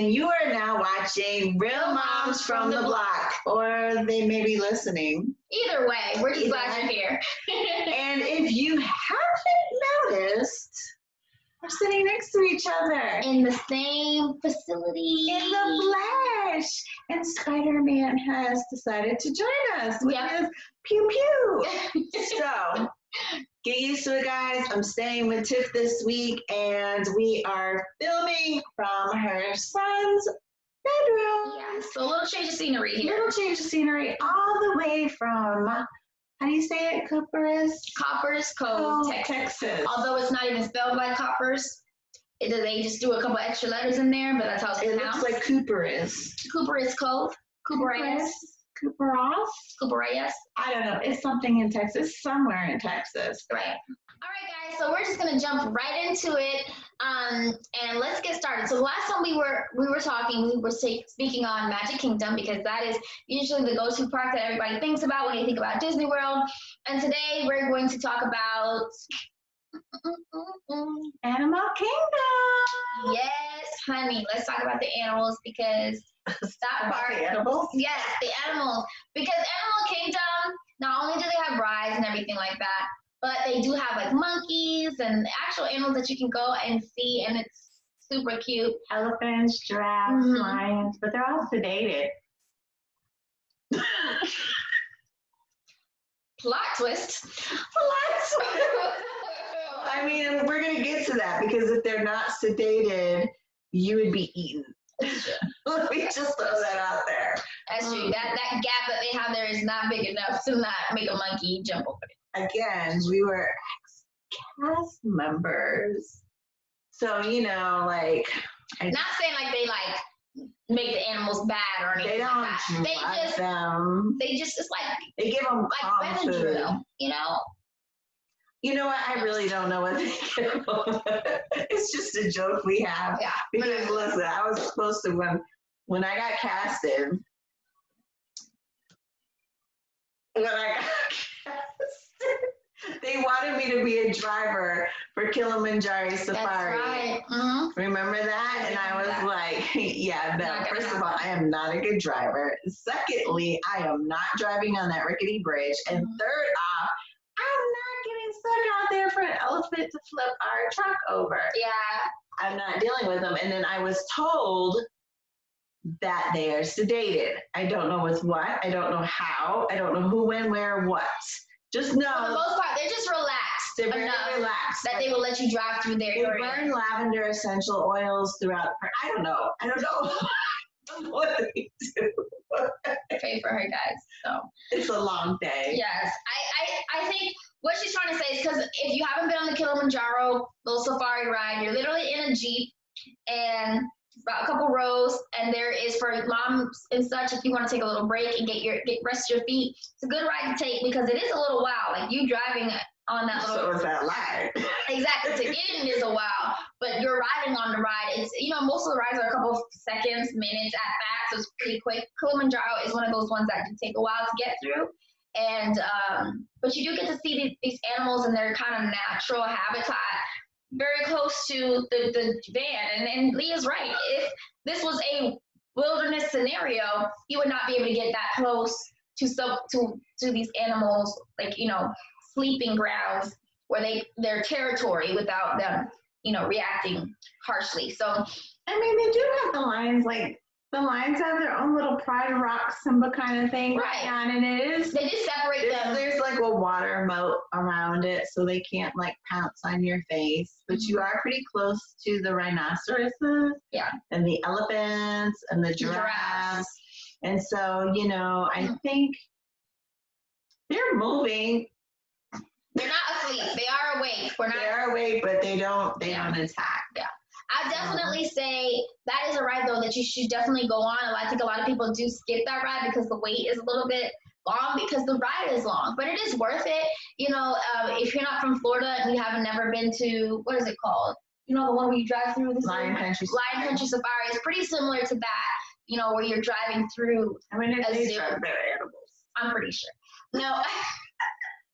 you are now watching Real Moms from the Block, or they may be listening. Either way, we're just Either glad way. you're here. And if you haven't noticed, we're sitting next to each other In the same facility. in the flesh. And Spider Man has decided to join us with Yeah. his pew pew. so get used to it guys i'm staying with tiff this week and we are filming from her son's bedroom yeah, so a little change of scenery here. little change of scenery all the way from how do you say it Copperas? Coppers Cove, Texas. Oh, texas Although it's not even spelled like Coppers, it, they just do a couple extra letters in there, but that's how it's it pronounced. looks like cooper is Cooper is Cove, Cooperitis, cooper off Cooperitis, i don't know it's something in texas somewhere in texas right? All right, guys. So we're just gonna jump right into it, um, and let's get started. So last time we were we were talking, we were spe- speaking on Magic Kingdom because that is usually the go-to park that everybody thinks about when they think about Disney World. And today we're going to talk about animal kingdom yes, honey. Let's talk about the animals because that About part the animals Yes, the animals. Because Animal Kingdom, not only do they have rides and everything like that, but they do have like monkeys and actual animals that you can go and see, and it's super cute. elephants, giraffes, Mhm. lions, but they're all sedated. Plot twist. Plot twist. I mean, we're gonna get to that because if they're not sedated, you would be eaten. Let me just throw that out there. That's true. That that gap that they have there is not big enough to not make a monkey jump over it. Again, we were ex-cast members, so you know, like Not saying like they like make the animals bad or they anything don't like that. drug They just them. they just it's like They give them like calm food. Benadryl, you know. You know what? I really don't know what they give them. it's just a joke we have. Yeah. Because listen, I was supposed to when when I got casted. When I got casted, they wanted me to be a driver for Kilimanjaro Safari. That's right. hmm Remember that? And I was Remember like, yeah, no. Not gonna First of all, I am not a good driver. Secondly, I am not driving on that rickety bridge. And third Mhm. off, I'm not getting stuck out there for an elephant to flip our truck over. Yeah. I'm not dealing with them. And then I was told that they are sedated. I don't know with what. I don't know how. I don't know who, when, where, what. Just For the know most part, they're just relaxed Um, they're very enough relaxed. that they will let you drive through their They area. burn lavender essential oils throughout. the park. I don't know. I don't know. I don't know what they do. Pray for her, guys. So It's a long day. yes, I I, I think what she's trying to say is because if you haven't been on the Kilimanjaro little safari ride, you're literally in a jeep and about a couple rows, and there is for moms and such. If you want to take a little break and get your get rest your feet, it's a good ride to take because it is a little while. Like you driving on that little So it's that lie. Exactly. To get in is a while, but you're riding on the ride. It's you know most of the rides are a couple seconds, minutes at max. So it's pretty quick. Kilimanjaro is one of those ones that can take a while to get through, and um, but you do get to see these, these animals in their kind of natural habitat, very close to the the van. And and Leah's right. If this was a wilderness scenario, you would not be able to get that close to some to to these animals, like you know sleeping grounds or they their territory without them, you know, reacting harshly. So I mean, they do have the lions. Like the lions have their own little pride rock, Simba kind of thing. Right. On, and it is. they just separate There's, them. there's like a water moat around it, so they can't like pounce on your face. But you are pretty close to the rhinoceroses. Yeah. And the elephants and the giraffes. Giraffes. And so, you know, I Mhm. think they're moving. They're not asleep. They are awake. We're not. They're awake, but they don't they don't attack. I definitely say that is a ride though that you should definitely go on. I think a lot of people do skip that ride because the wait is a little bit long because the ride is long, but it is worth it. You know, um, if you're not from Florida and you haven't never been to what is it called? You know, the one where you drive through the Lion city? country. Lion Country Safari is pretty similar to that. You know, where you're driving through I mean, A they zoo. are animals. I'm pretty sure. No, I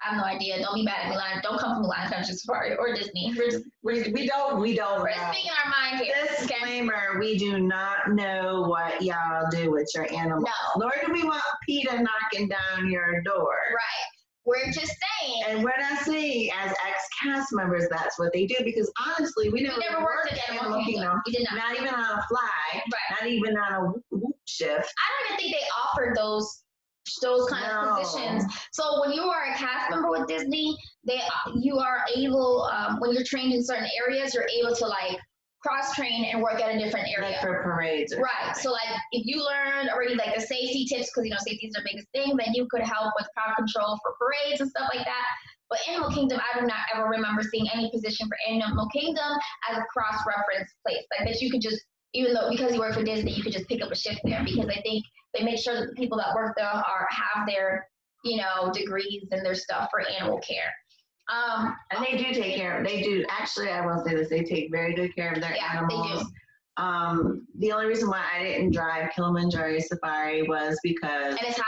have no idea. Don't be mad at Milan. Don't come from Milan Country Safari or Disney. We're just We, we don't, we don't we're know. speaking our mind here. Okay. Disclaimer, we do not know what y'all do with your animals. No, Nor do we want PETA knocking down your door. right. We're just saying. And we're not saying as ex-cast members that's what they do because honestly, we we never, never worked at Animal Kingdom. We did not. Not even on a fly, Right. not even on a whoop- whoop shift. I don't even think they offered those those kind No. of positions. So when you are a cast member with Disney, they you are able um, when you're trained in certain areas, you're able to like cross train and work at a different area. Like for parades or Right. something. So like if you learned already like the safety tips because you know safety is the biggest thing, then you could help with crowd control for parades and stuff like that. But Animal Kingdom, I do not ever remember seeing any position for Animal Kingdom as a cross reference place. Like that you could just even though because you work for Disney, you could just pick up a shift there because I think they make sure that the people that work there are have their you know degrees and their stuff for animal care. Um, And they do take care of, they do, actually, I will say this, they take very good care of their Yeah, they do. animals. Um, the only reason why I didn't drive Kilimanjaro Safari was because and it's hot.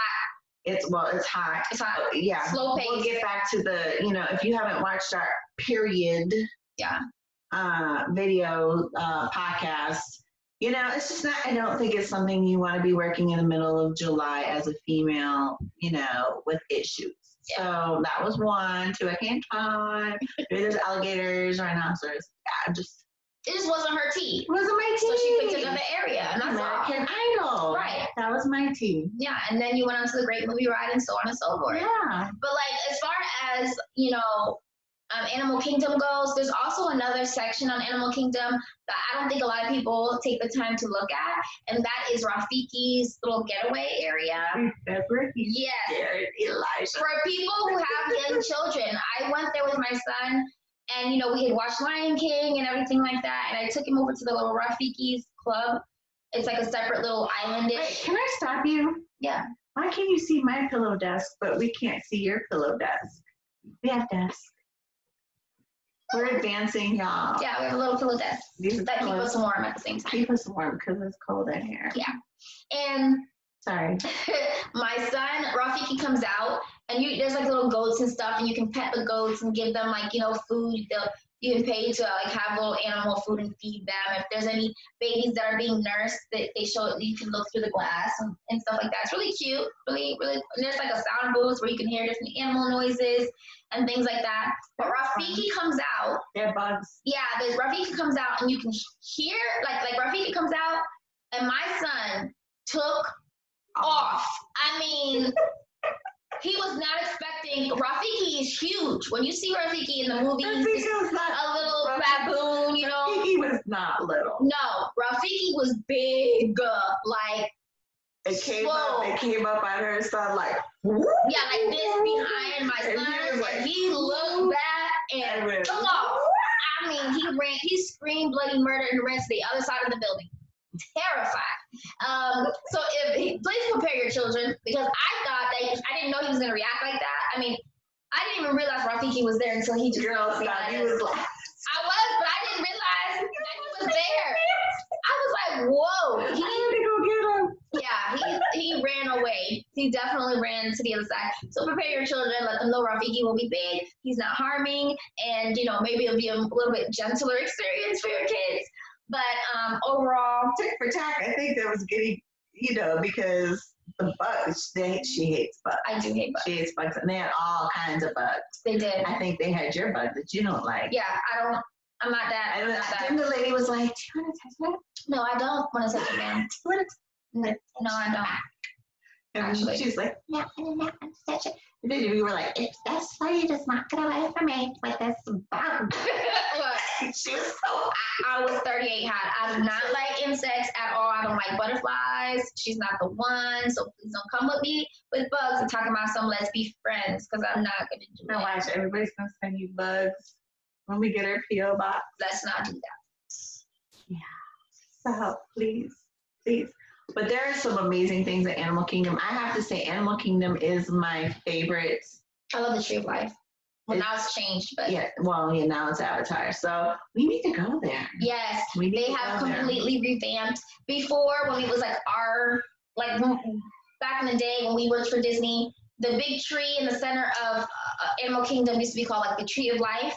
it's, well, it's hot. It's hot. Yeah. Slow pace. We'll get back to the, you know, if you haven't watched our period. Yeah. Uh, video, uh, podcast, you know, it's just not, I don't think it's something you want to be working in the middle of July as a female, you know, with issues. So that was one. Two, I can't climb. Maybe there's alligators, rhinos. Yeah, just It just wasn't her tea. it wasn't my team. So she picked another area, and that's all. American Idol. Right. That was my team. Yeah, and then you went on to the great movie ride and so on and so forth. Yeah. But like as far as you know, um, Animal Kingdom goes, there's also another section on Animal Kingdom that I don't think a lot of people take the time to look at, and that is Rafiki's little getaway area. Pepper, Yes, Jared, Elijah. for people who have young children, I went there with my son, and you know we had watched Lion King and everything like that, and I took him over to the little Rafiki's club. It's like a separate little Wait, islandish. can I stop you? Yeah. Why can you see my pillow desk, but we can't see your pillow desk? We have desks. We're advancing, y'all. Yeah, we have a little pillow desk These are that keep pillows. us warm at the same time. Keep us warm because it's cold in here. And Sorry. my son Rafiki comes out, and you there's like little goats and stuff, and you can pet the goats and give them like you know food. They'll, you can pay to like have little animal food and feed them. If there's any babies that are being nursed, that they show you can look through the glass and, and stuff like that. It's really cute, really really. And there's like a sound booth where you can hear different animal noises and things like that. But Rafiki comes out, They're bugs. yeah, there's Rafiki comes out and you can hear like like Rafiki comes out and my son took off. I mean he was not expecting Rafiki is huge. When you see Rafiki in the movies, Rafiki he's was not. a little baboon, you know. Rafiki was not little. No, Rafiki was big, uh, like It came up. Whoa. It came up on her son like. yeah, like this behind my And he was son. like- And he looked back and I went, Come on. I mean, he ran, he screamed bloody murder and ran to the other side of the building, terrified. Um, so if please prepare your children because I thought that I didn't know he was gonna react like that. I mean, I didn't even realize Rafiki was there until he just. Girl, stop. He was like. I was, but I didn't realize that he was there. I was like, whoa. He, I need to yeah, he, he ran away. He definitely ran to the other side. So prepare your children. Let them know Rafiki will be big. He's not harming, and you know maybe it'll be a little bit gentler experience for your kids. But um, overall, go get him. Tick for tack. I think that was getting, you know, because the bugs. They, she hates bugs. I do hate bugs. She hates bugs, and they had all kinds of bugs. They did. I think they had your bug that you don't like. Yeah, I don't. I'm not that. And I'm not that. then the lady was like, "Do you want to touch No, I don't want to touch a man. it? Do you want No, I don't. to?" And Actually. she was like, Yeah, I did not want to touch it. and then "We were like, If that slave does not get away from me with this bug, Look, she was so." I was 38 hot. I do not like insects at all. I don't like butterflies. She's not the one. So please don't come with me with bugs and talking about some let's be friends because I'm not going to do Now that. watch, everybody's gonna send you bugs when we get our PO box. Let's not do that. So please, please. But there are some amazing things at Animal Kingdom. I have to say, Animal Kingdom is my favorite I love the tree of life. Well, now it's changed, but Yeah, well, yeah, now it's Avatar. So we need to go there. yes, We need they to have go there. completely revamped. Before, when it was like our, like back in the day when we worked for Disney, the big tree in the center of uh, Animal Kingdom used to be called like the Tree of Life.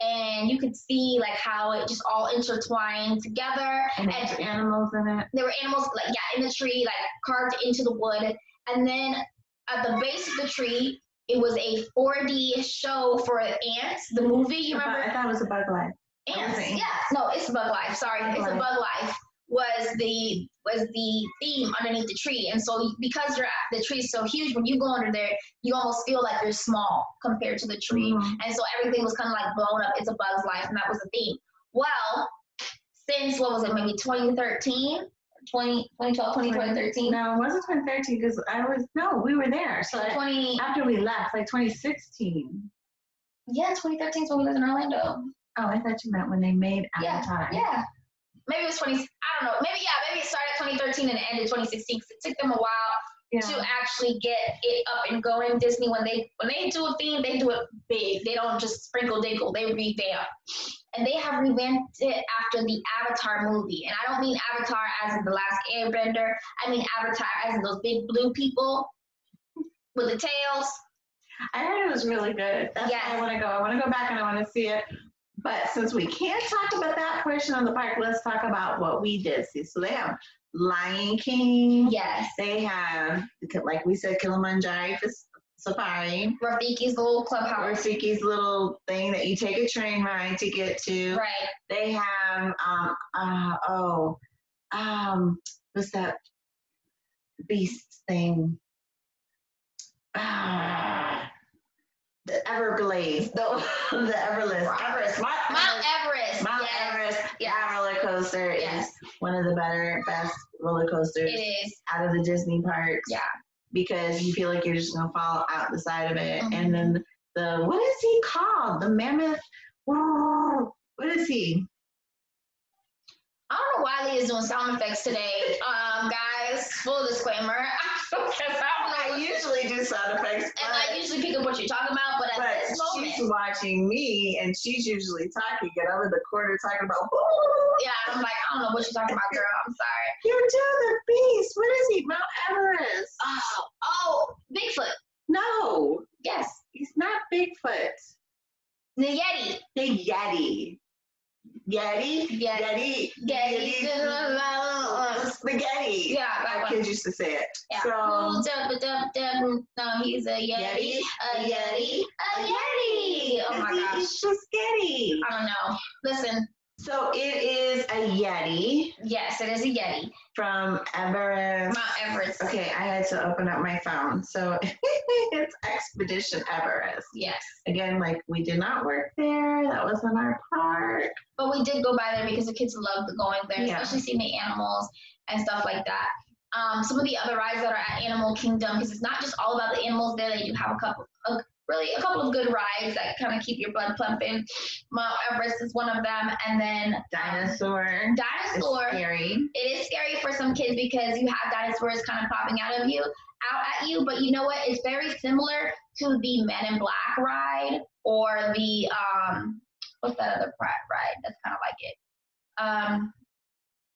And you could see like how it just all intertwined together. Oh And there's animals in it. There were animals like yeah in the tree, like carved into the wood. And then at the base of the tree, it was a 4D show for ants. The movie you remember? I thought it was a bug life. Ants, Okay. yeah. No, it's Bug Life. Sorry, Bug it's a Life. Bug Life. Was the was the theme underneath the tree, and so because you're at, the tree is so huge, when you go under there, you almost feel like you're small compared to the tree, and so everything was kind of like blown up. It's a Bug's Life, and that was the theme. Well, since what was it? Maybe 2013, 20, 2012, 2013, No, it wasn't 2013 because I was, no, we were there. So I- 20 after we left, like 2016. yeah, 2013 is when we lived in Orlando. Oh, I thought you meant when they made Avatar. Yeah. Maybe it was 20, I don't know. Maybe, yeah, maybe it started 2013 and it ended 2016 'cause it took them a while to actually get it up and going. Disney, when they when they do a theme, they do it big. They don't just sprinkle dingle, they revamp. And they have revamped it after the Avatar movie. And I don't mean Avatar as in The Last Airbender, I mean Avatar as in those big blue people with the tails. I heard it was really good. That's why Yes. I want to go. I want to go back and I want to see it. But since we can't talk about that portion of the park, let's talk about what we did see. So they have Lion King. Yes. They have, like we said, Kilimanjaro Fas- Safari, Rafiki's little clubhouse. Rafiki's little thing that you take a train ride to get to. Right. They have, um, uh, oh, um, what's that beast thing? Ah, the Everglades, the, the Everless, Everest, Mount Mount Everest. Everest. Mount yes. Everest, Yes. that roller coaster Yes. is one of the better, best roller coasters It is. out of the Disney parks. Yeah. Because you feel like you're just gonna fall out the side of it. Mhm. And then the what is he called? The mammoth. What is he? I don't know why Lee is doing sound effects today. Um, guys, full disclaimer. Because I I don't know. usually do sound effects, And I but, usually pick up what you're talking about, but at but this moment, she's watching me and she's usually talking and I'm in the corner talking about yeah, I'm like, I don't know what you're talking about, girl. I'm sorry. you're doing the beast. What is he? Mount Everest. Oh, oh, Bigfoot. No, Yes, he's not Bigfoot. the Yeti. The Yeti. Yeti? Yes. Yeti. Yeti. Spaghetti. Yeah, that My one. kids used to say it. Yeah. So, um, Ooh, dub, dub, dub. No, he's a Yeti. Yeti. A Yeti. A Yeti. Oh my It's- gosh. It's just Yeti. I don't know. Listen, So it is a Yeti yes, it is a Yeti. from Everest. Mount Everest. Okay, I had to open up my phone. So it's Expedition Everest. Yes. Again, like we did not work there. That was in our park. But we did go by there because the kids loved going there, Yeah. especially seeing the animals and stuff like that. Um, some of the other rides that are at Animal Kingdom, because it's not just all about the animals there. They do have a couple, a, really a couple of good rides that kind of keep your blood pumping. Mount Everest is one of them, and then um, Dinosaur. It's Dinosaur. scary. It is scary for some kids because you have dinosaurs kind of popping out of you, out at you. But you know what? It's very similar to the Men in Black ride or the um, what's that other pri- ride that's kind of like it? Um,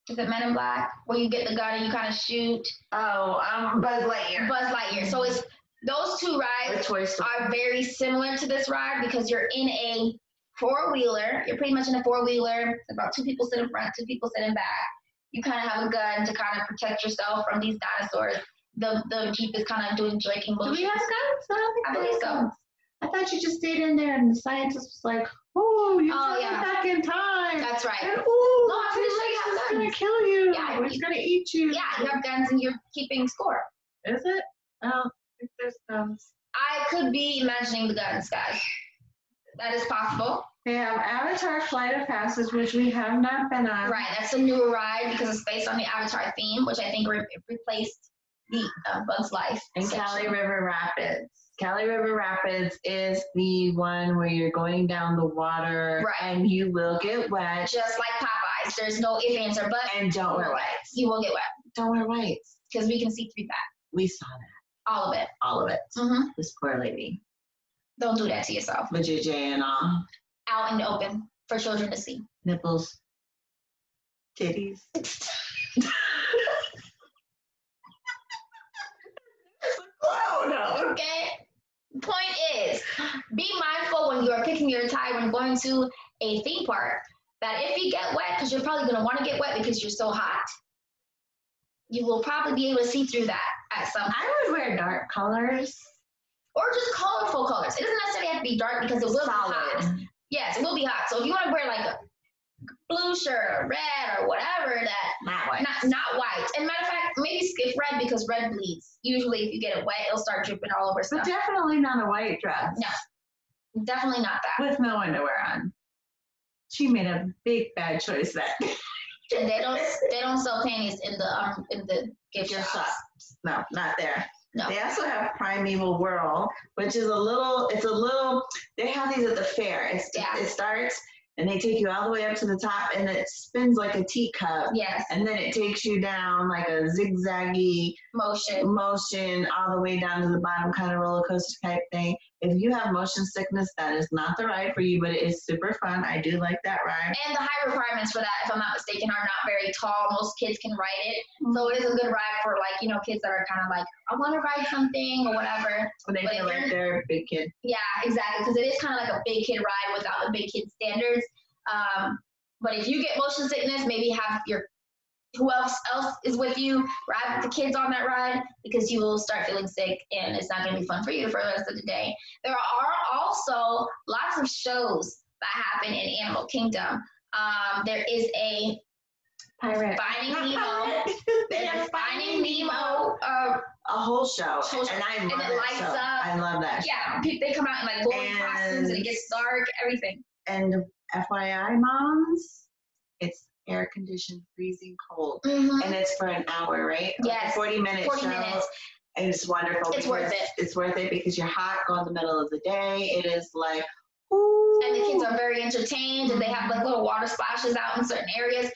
is it Men in Black where you get the gun and you kind of shoot Oh, um, Buzz Lightyear. Buzz Lightyear? So it's those two Or rides Toy Story. are very similar to this ride because you're in a four wheeler. You're pretty much in a four wheeler. About two people sitting front, two people sitting back. You kind of have a gun to kind of protect yourself from these dinosaurs. The the jeep is kind of doing jerking Do motions. we have guns? I don't think I we have believe so. guns. I thought you just stayed in there and the scientist was like, oh, you're Oh, oh, yeah. back in time. That's right. And, ooh, No, I'm pretty sure you have it's guns. going to kill you. Yeah, it's going to eat you. Yeah, you have guns and you're keeping score. Is it? I don't think there's guns. I could be imagining the guns, guys. That is possible. They have Avatar Flight of Passage, which we have not been on. Right, that's a newer ride because it's based on the Avatar theme, which I think re- replaced the uh, Bugs Life. And section. Cali River Rapids. Cali River Rapids is the one where you're going down the water Right. and you will get wet just like Popeyes. There's no ifs, ands, or buts. and don't wear Wear white. whites. You will get wet Don't wear whites. because we can see through that, We saw that, all of it. all of it. Mhm. This poor lady, Don't do that to yourself. with JJ and all, Out in the open for children to see. nipples, titties. oh no! Oh, Okay, picking your attire when going to a theme park that if you get wet, because you're probably going to want to get wet because you're so hot, you will probably be able to see through that at some I would wear dark colors. Or just colorful colors. It doesn't necessarily have to be dark because it will be hot. Solid. Yes, it will be hot. So if you want to wear like a blue shirt or red or whatever that Not white. Not, not white. And matter of fact, maybe skip red because red bleeds. Usually, if you get it wet, it'll start dripping all over But stuff. definitely not a white dress. No. Definitely not that. With no underwear on. She made a big bad choice that And they don't they don't sell panties in the um in the gift Gift shop. no, not there. No. They They also also have Primeval World, which is a little, it's a little, they have these at the fair. It's, Yeah. It starts and they take you all the way up to the top and it spins like a teacup. Yes, And then it takes you down like a zigzaggy motion. motion all the way down to the bottom, kind of roller coaster type thing. If you have motion sickness, that is not the ride for you, but it is super fun. I do like that ride. And the high requirements for that, if I'm not mistaken, are not very tall. Most kids can ride it, so it is a good ride for like you know kids that are kind of like I want to ride something or whatever. They But feel if like they're a big kid. Yeah, exactly. Because it is kind of like a big kid ride without the big kid standards. Um, but if you get motion sickness, maybe have your who else else is with you ride with the kids on that ride because you will start feeling sick and it's not going to be fun for you for the rest of the day. There are also lots of shows that happen in Animal Kingdom. Um, there is a pirate. Finding Nemo. There's a Finding Nemo. Uh, A whole show. Whole show. And I love it that lights show. up. I love that yeah, pe- they come out in like golden And- costumes and it gets dark. Everything. And FYI, moms, it's air conditioned, freezing cold. Mhm. And it's for an hour, right? Like a Yes, 40 minutes. 40 minutes. And it's wonderful. It's worth because it. It's worth it because you're hot, go in the middle of the day. It is like, ooh. and the kids are very entertained and they have like little water splashes out in certain areas.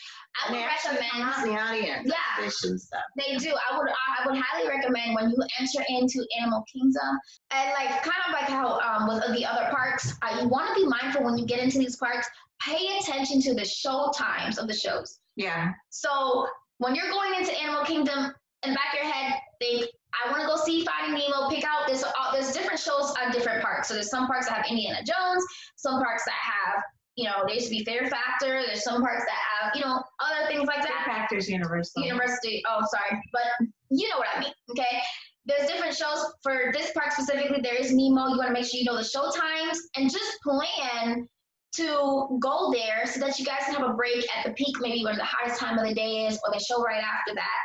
I And would they actually come out recommend in the audience. Yeah. Fish and stuff. they do. I would I would highly recommend when you enter into Animal Kingdom and like kind of like how um, with the other parks, uh, you want to be mindful when you get into these parks. Pay attention to the show times of the shows. Yeah. So when you're going into Animal Kingdom, in the back of your head, think, I want to go see Finding Nemo. Pick out this. Uh, there's different shows on different parks. So there's some parks that have Indiana Jones, some parks that have, you know, there used to be Fair Factor. There's some parks that have, you know, other things like that. Factors Universal. University. Oh, sorry, but you know what I mean. Okay, there's different shows for this park specifically. There is Nemo. You want to make sure you know the show times and just plan to go there so that you guys can have a break at the peak, maybe where the hottest time of the day is, or the show right after that.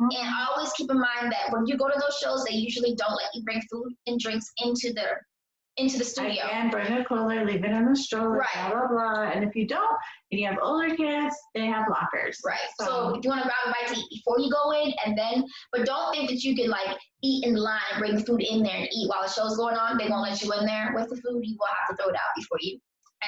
Mhm. And always keep in mind that when you go to those shows, they usually don't let you bring food and drinks into the into the studio. Again, bring a cooler, leave it in the stroller, Right. blah, blah, blah. And if you don't, and you have older kids, they have lockers. Right. So, So- Um, if you want to grab a bite to eat before you go in, and then, but don't think that you can like eat in line and bring food in there and eat while the show's going on. They won't let you in there with the food. You will have to throw it out before you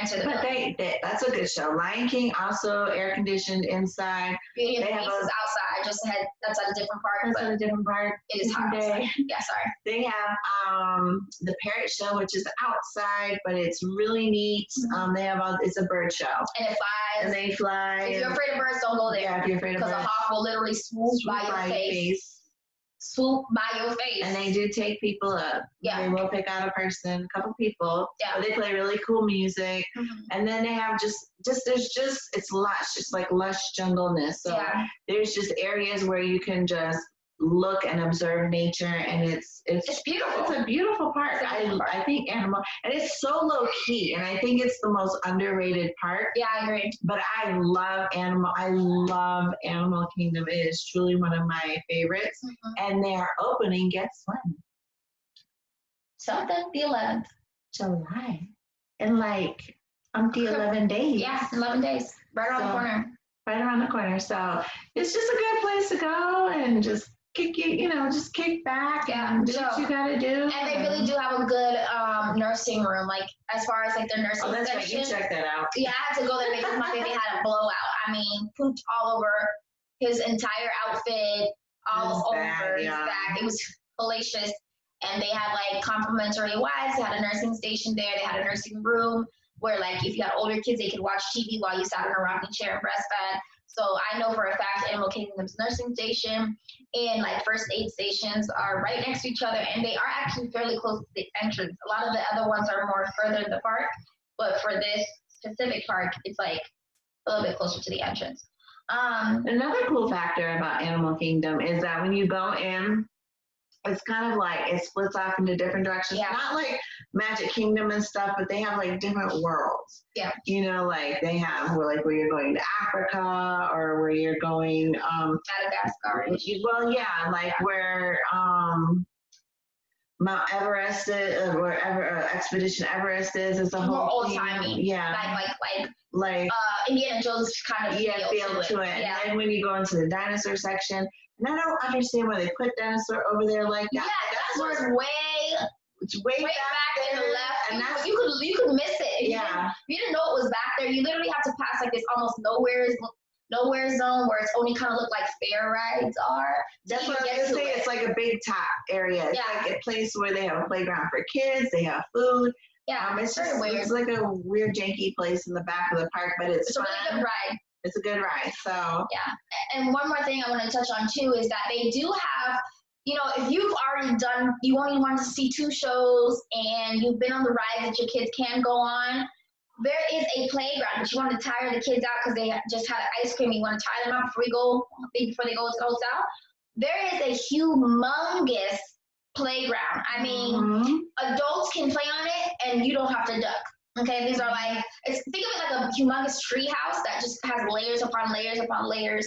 enter the But building. they, they, that's a good show. Lion King also air conditioned inside. Beauty and they the have Beast a- is outside, just ahead. That's at a different park, That's but at a different part. it is hot. They- outside. Yeah, sorry. They have um, the parrot show, which is outside, but it's really neat. Mhm. Um, they have all, it's a bird show, And it flies. and they fly. if you're and- afraid of birds, don't go yeah, there if you're afraid of because a birds, hawk will literally swoop swoop by your by your face. Swoop by your face. And they do take people up. Yeah. They will pick out a person, a couple people. Yeah. They play really cool music, Mhm. and then they have just just there's just it's lush. It's like lush jungleness. So yeah. there's just areas where you can just look and observe nature, and it's it's It's beautiful. It's a beautiful park. It's a I, beautiful I think animal, and it's so low key, and I think it's the most underrated park. yeah, I agree. But I love animal. I love Animal Kingdom. It is truly one of my favorites. Mhm. And they are opening. Guess when? Something, the 11th. July. In like umpty eleven days. Yeah, 11 days. Right around the So- corner. Right around the corner. So it's just a good place to go and just kick you. You know, just kick back Yeah, and do what so- you gotta do. And they really do have a good um, nursing room, like as far as like their nursing Oh, that's right. section. You check that out. Yeah, I had to go there because my baby had a blowout. I mean, pooped all over his entire outfit, all His over bag, his yeah. back. It was hellacious. And they had like complimentary wives. They had a nursing station there. They had a nursing room where like if you had older kids, they could watch TV while you sat in a rocking chair and breastfed. So I know for a fact Animal Kingdom's nursing station and like first aid stations are right next to each other, and they are actually fairly close to the entrance. A lot of the other ones are more further in the park, But for this specific park, it's like a little bit closer to the entrance. Um, Another cool factor about Animal Kingdom is that when you go in, it's kind of like it splits off into different directions. Yeah. Not like Magic Kingdom and stuff, but they have like different worlds. Yeah. You know, like they have where like where you're going to Africa or where you're going um Madagascar. you- well yeah, like where um Mount Everest is, uh, where Ever, uh, Expedition Everest is, it's a More whole thing. old-timey, Yeah, Like, like, like, like uh, Indiana Jones kind of yeah, feel to it. Yeah. And then when you go into the dinosaur section, and I don't understand why they put dinosaur over there like Yeah, that. that's Dinosaur's where way, It's way, way back in the there, left. And You- that's, you could you could miss it. If you didn't yeah, if you didn't know it was back there, you literally have to pass like this almost nowhere's nowhere zone where it's only kind of look like fair rides are. that's you what I get was to gonna say. it. It's like a big top area. It's Yeah. like a place where they have a playground for kids, they have food. Yeah, Um, it's very just weird. it's like a weird, janky place in the back of the park, but it's, It's a fun. really good ride. It's a good ride. So And one more thing I want to touch on too is that they do have, you know, if you've already done, you only wanted to see two shows and you've been on the rides that your kids can go on. There is a playground, but you want to tire the kids out because they just had ice cream. You want to tire them out before we go before they go to the hotel. There is a humongous playground. I mean, Mhm. adults can play on it and you don't have to duck. Okay, these are like it's think of it like a humongous tree house that just has layers upon layers upon layers.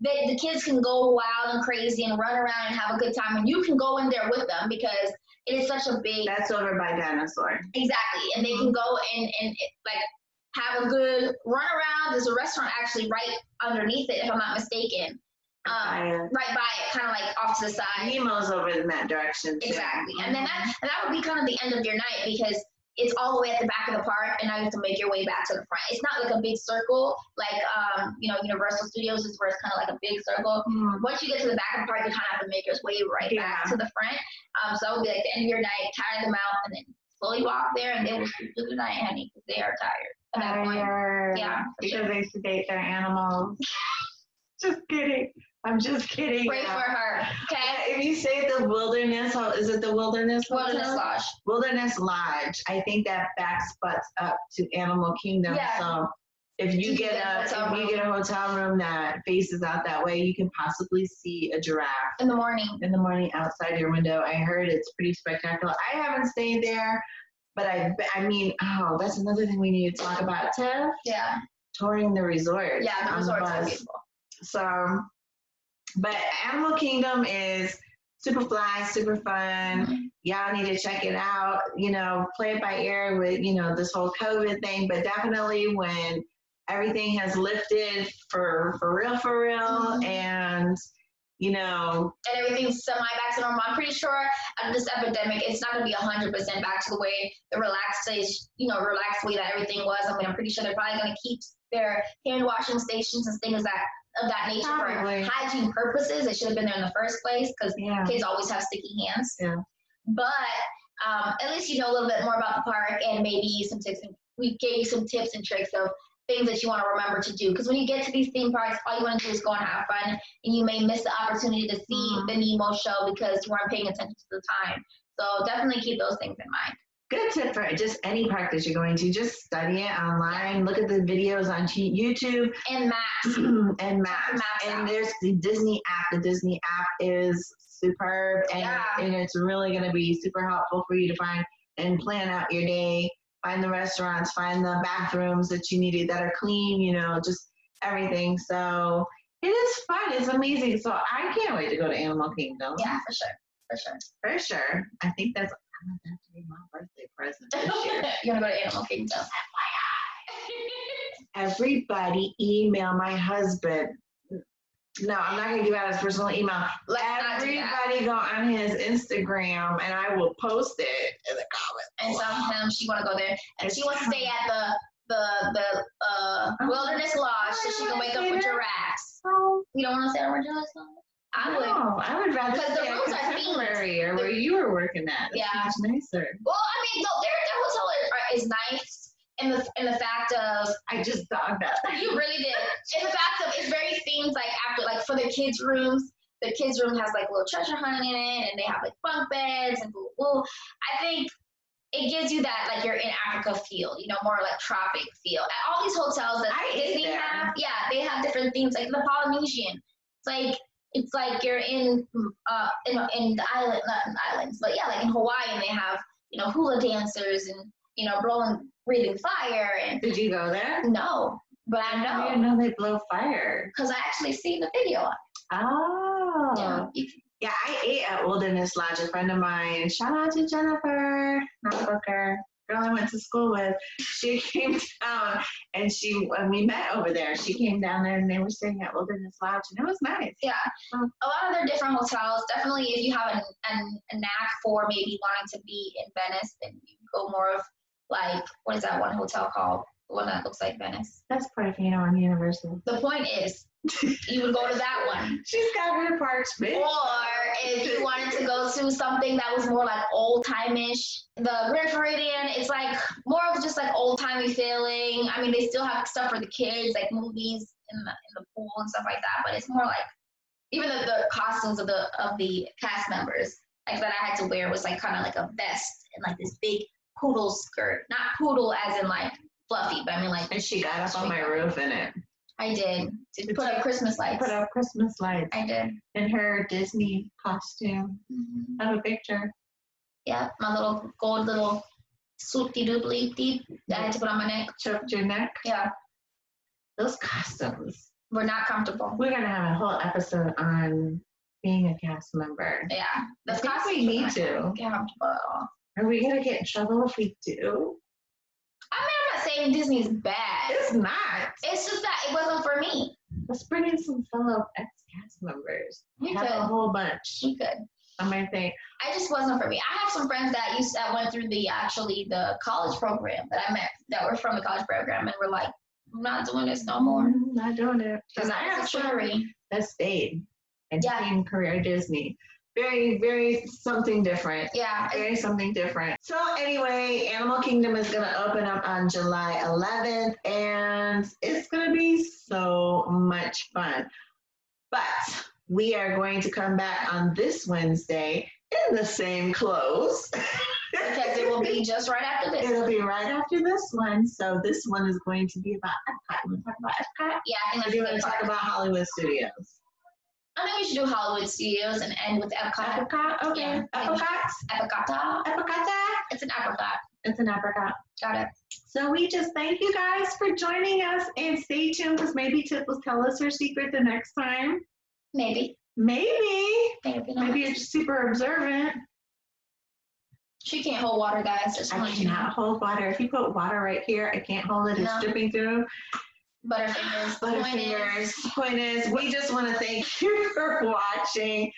They, the kids can go wild and crazy and run around and have a good time, and you can go in there with them because it is such a big that's over by dinosaur. exactly, and they can go and and like have a good run around. There's a restaurant actually right underneath it, if I'm not mistaken, um, I, right by it, kind of like off to the side. Nemo's over in that direction. Too. Exactly. And then that and that would be kind of the end of your night because it's all the way at the back of the park and now you have to make your way back to the front. It's not like a big circle like um, you know, Universal Studios is where it's kinda like a big circle. Mhm. Once you get to the back of the park you kinda have to make your way right back Yeah. to the front. Um, so that would be like the end of your night, tire them out and then slowly walk there and they will sleep through the night, honey, because they are tired at that point. Tired. Yeah, for because sure. they sedate their animals. just kidding. I'm just kidding. Pray Yeah. for her. Okay? If you say the wilderness, how is it the wilderness? Wilderness Hotel? Lodge. Wilderness Lodge. I think that backs butts up to Animal Kingdom. Yeah. So if you, You get, get a a, hotel if you room. get a hotel room that faces out that way, you can possibly see a giraffe In the morning. in the morning outside your window. I heard it's pretty spectacular. I haven't stayed there, but I I mean, oh, that's another thing we need to talk about, Tiff. Yeah. Touring the resorts. Yeah, the on resorts are bus. beautiful. So, but Animal Kingdom is super fly, super Mm-hmm. fun. Y'all need to check it out. You know, play it by ear with, you know, this whole COVID thing, but definitely when everything has lifted for for real, for real, Mhm. and you know, and everything's semi back to normal. I'm pretty sure out of this epidemic, it's not going to be 100% back to the way the relaxed, stage- you know, relaxed way that everything was. I mean, I'm pretty sure they're probably going to keep their hand washing stations and things that of that nature Probably. for hygiene purposes. It should have been there in the first place because yeah. kids always have sticky hands. Yeah. But um, at least you know a little bit more about the park and maybe some tips. And we gave you some tips and tricks of things that you want to remember to do. Because when you get to these theme parks, all you want to do is go and have fun, and you may miss the opportunity to see Mhm. the Nemo show because you weren't paying attention to the time. So definitely keep those things in mind. Good tip for just any park that you're going to. Just study it online. Look at the videos on YouTube. And mask. and maps. Maps app. And there's the Disney app. The Disney app is superb and, Yeah. and it's really going to be super helpful for you to find and plan out your day, find the restaurants, find the bathrooms that you needed that are clean, you know, just everything. So it is fun. It's amazing. So I can't wait to go to Animal Kingdom. Yeah, for sure. For sure. For sure. I think that's I'm gonna have to be my birthday present this year. You're going to go to Animal Kingdom. Everybody email my husband. No, I'm not gonna give out his personal email. Let's not do that. Everybody go on his Instagram and I will post it in the and comments. some of them she want to go there, and It's she wants to stay at the the the uh, wilderness lodge so she can wake up with giraffes. Oh, You don't want to stay at the wilderness lodge? I would. no, I would rather Because the stay at rooms are themed. Contemporary or where you were working at. It's Yeah. much nicer. Well, I mean, no, their their hotel is, is nice, in the in the fact of I just thought about that. You really did. And the fact of it's very themed like after like for the kids' rooms. The kids' room has like little treasure hunting in it, and they have like bunk beds and boo boo. I think it gives you that like you're in Africa feel, you know, more like tropic feel. At all these hotels that I ate Disney there. have, yeah, they have different things like the Polynesian. It's like it's like you're in uh in, in the island, not in islands, but yeah, like in Hawaii, and they have you know hula dancers and you know blowing breathing fire and Did you go there? no, but I I know didn't know they blow fire. because I actually seen the video. on it. Oh. Yeah, you Yeah, I ate at Wilderness Lodge. A friend of mine, shout out to Jennifer, not Booker, girl I went to school with. She came down and she and we met over there. She came down there and they were staying at Wilderness Lodge and it was nice. a lot of their different hotels. Definitely, if you have an, an, a knack for maybe wanting to be in Venice, then you go more of like what is that one hotel called? The one that looks like Venice. That's Portofino on Universal. The point is, you would go to that one. She's got her parts, bitch. Or if you wanted to go to something that was more like old timeish, the Grand Floridian, it's like more of just like old timey feeling. I mean, they still have stuff for the kids, like movies in the in the pool and stuff like that. But it's more like even the, the costumes of the of the cast members, like that I had to wear was like kind of like a vest and like this big poodle skirt. Not poodle as in like fluffy, but I mean like And she got up on my roof in it. I did to put up Christmas I lights. put up Christmas lights I did. Mm-hmm. in her Disney costume. I have a picture. Yeah, my little gold little swoopty doobly deep that I had to put on my neck. Choked your neck. Yeah, Those costumes. we're not comfortable. We're gonna have a whole episode on being a cast member. Yeah, I think we need to. Get comfortable at all. Are we gonna get in trouble if we do? I mean, I'm not saying Disney's bad. It's not. It's just that it wasn't for me. Let's bring in some fellow ex-cast members. We have a could. whole bunch. We could. I might think I just wasn't for me. I have some friends that used that went through the actually the college program that I met that were from the college program and were like, I'm not doing this no more. "Mm, not doing it. Because Because I I'm have children sorry. that stayed and Yeah. became career Disney. Very, very something different. Yeah, it's Very something different. So anyway, Animal Kingdom is gonna open up on July 11th, and it's gonna be so much fun. But we are going to come back on this Wednesday in the same clothes. because it will be just right after this. It'll be right after this one. So this one is going to be about Epcot. You want to talk about Epcot? Yeah, I think Or that's do you a want good to part. talk about Hollywood Studios? I think we should do Hollywood Studios and end with Epcot. Epcot, okay. Yeah. Epcot, Epicata. Epcot. It's an apricot. It's an apricot. Got it. So we just thank you guys for joining us and stay tuned because maybe Tip will tell us her secret the next time. Maybe. Maybe. Maybe not. Maybe you're just super observant. She can't hold water, guys. Just I want you to know. cannot hold water. If you put water right here, I can't hold it. It's No. dripping through. Butterfingers. Point is- Butterfingers. Point is, we just want to thank you for watching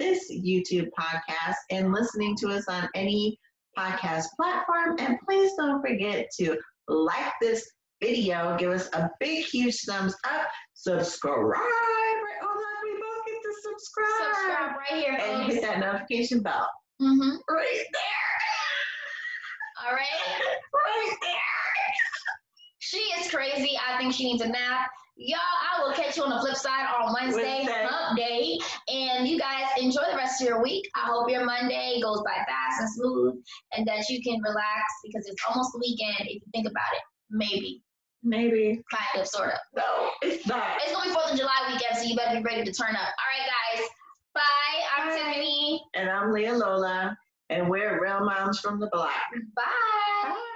this YouTube podcast and listening to us on any podcast platform. And please don't forget to like this video, give us a big, huge thumbs up, subscribe. Right? Oh, look, we both get to subscribe. Subscribe right here. And hit folks. that notification bell Mm-hmm. right All right. right there. She is crazy. I think she needs a nap. Y'all, I will catch you on the flip side on Wednesday, Wednesday. hump day. And you guys enjoy the rest of your week. I hope your Monday goes by fast and smooth and that you can relax because it's almost the weekend if you think about it. Maybe. Maybe. Kind of, sort of. No, it's not. It's gonna be Fourth of July weekend, so you better be ready to turn up. All right, guys. Bye. I'm Bye. Tiffany. And I'm Leah Lola, and we're Real Moms from the Block. Bye. Bye.